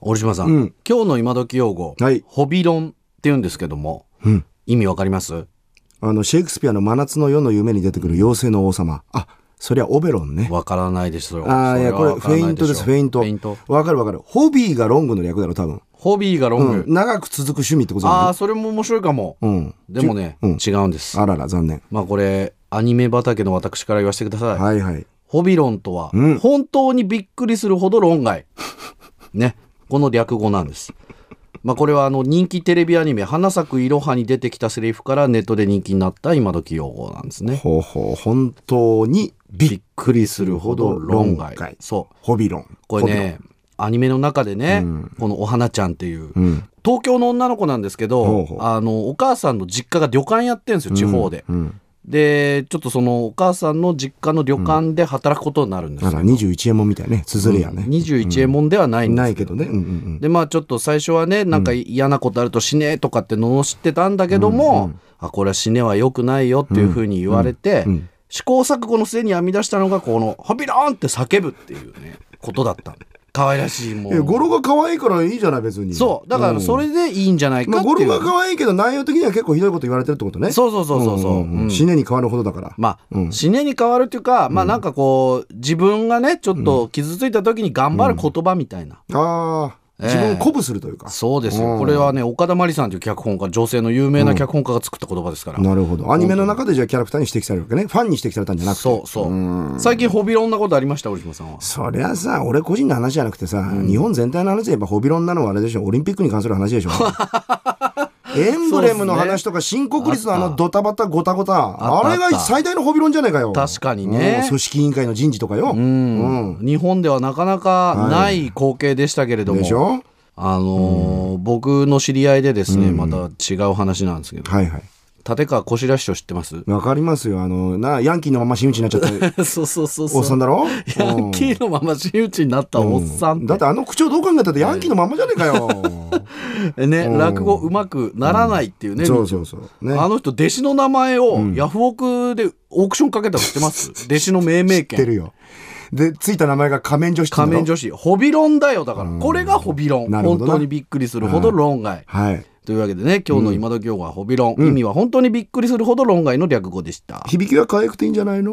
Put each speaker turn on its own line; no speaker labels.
堀島さん、
うん
今日の今時用語、
はい
ホビロンって言うんですけども、
うん
意味わかります
あの、シェイクスピアの真夏の夜の夢に出てくる妖精の王様。あ、そりゃオベロンね。
わからないですよ。
ああ、いや、
そ
こ
は
れ
わ
フ
からな
ェイ
い
ン
しょ
トです、フェイント。わかるわかる。ホビーがロングの略だろ、多分。
ホビーがロング。
うん。長く続く趣味ってことじゃ
あ
な
あ、それも面白いかも。
いうん。
でもね、
うん
違うんです。
あらら、残念。
まあこれ、アニメ畑の私から言わせてください。
はいはい。
ホビロンとは、
うん
本当にびっくりするほど論 外。ね。この略語なんです。まあこれはあの人気テレビアニメ「花咲くいろは」に出てきたセリフからネットで人気になった今時用語なんですね。
ほうほう、本当にび
び
っ
っくりするほど論外。
論外
そう。
ホビロン。
これね、アニメの中でね、このお花ちゃんっていう、
ホビロン。うん。
東京の女の子なんですけど、
ほうほう
あのお母さんの実家が旅館やってるんですよ地方で、
うん。
でちょっとそのお母さんの実家の旅館で働くことになるんです
あ
よ、
ら、21円もみたいね。つづれやね。
21円もんではないんです
な
け
い
ど
けどね。うんうんうん。
でまあちょっと最初はねなんか嫌なことあると死ねとかって罵ってたんだけども、あこれは死ねは良くないよっていうふうに言われて、
ん
試行錯誤の末に編み出したのがこの「ホビローン!」って叫ぶっていうねことだった可愛らしいも
いや、
う
語呂が可愛いからいいじゃない、別に。
そうだからそれでいいんじゃないか
ま
っ
あ、
て
語
い
呂
う、
が可愛いけど内容的には結構ひどいこと言われてるってことね。
そうそうそうそうそう,、
んんん死ねに変わるほどだから。
まあ、
うん
死ねに変わるというか、まあなんかこう、自分がね、ちょっと傷ついた時に頑張る言葉みたいな。
ああ、
ええ
自分を鼓舞するというか。
そうです
う
よ。
ん
これはね、岡田真理さんという脚本家、女性の有名な脚本家が作った言葉ですから。
なるほど。アニメの中でじゃあキャラクターに指摘されるわけね。ファンに指摘されたんじゃなくて。
そうそう。最近、ホビロンなことありました、折島さんは。
そりゃさ、俺個人の話じゃなくてさ、日本全体の話で言えばホビロンなのはあれでしょ、オリンピックに関する 話でしょ。エンブレムの話とか新国立のあ
あっ
の
た
ドタバタゴタゴタ、
あっ
あ
た
れが最大のホビロンじゃないかよ。
確かにね
うん組織委員会の人事とかよ。
うん。日本ではなかなかない光景でしたけれども。
でしょ
あのー僕の知り合いでですね、また違う話なんですけど、
はいはい。
立川こしら師匠知ってます
わかりますよ。あの、な、ヤンキーのまま真打ちになっちゃった
そうそう そう
おっさんだろ
ヤンキーのまま真打ちになったおっさん
だってあの口調どう考えたってヤンキーのまんまじゃねえかよ。
ね、
うん
落語うまくならないっていうね、
そうそうそう。ね。
あの人弟子の名前をヤフオクでオークションかけたの知って ます、弟子の命名
知って
権
るよ。で、ついた名前が仮面女子って言う
仮
んだろ
面女子ホビロンだよだから、これがホビロン
なるほ
本
どな
当にびっくりするほど論外、
はい。
というわけでね今日の今時用語はホビロン、意味は本当にびっくりするほど論外の略語でした、
響きは可愛くていいんじゃないの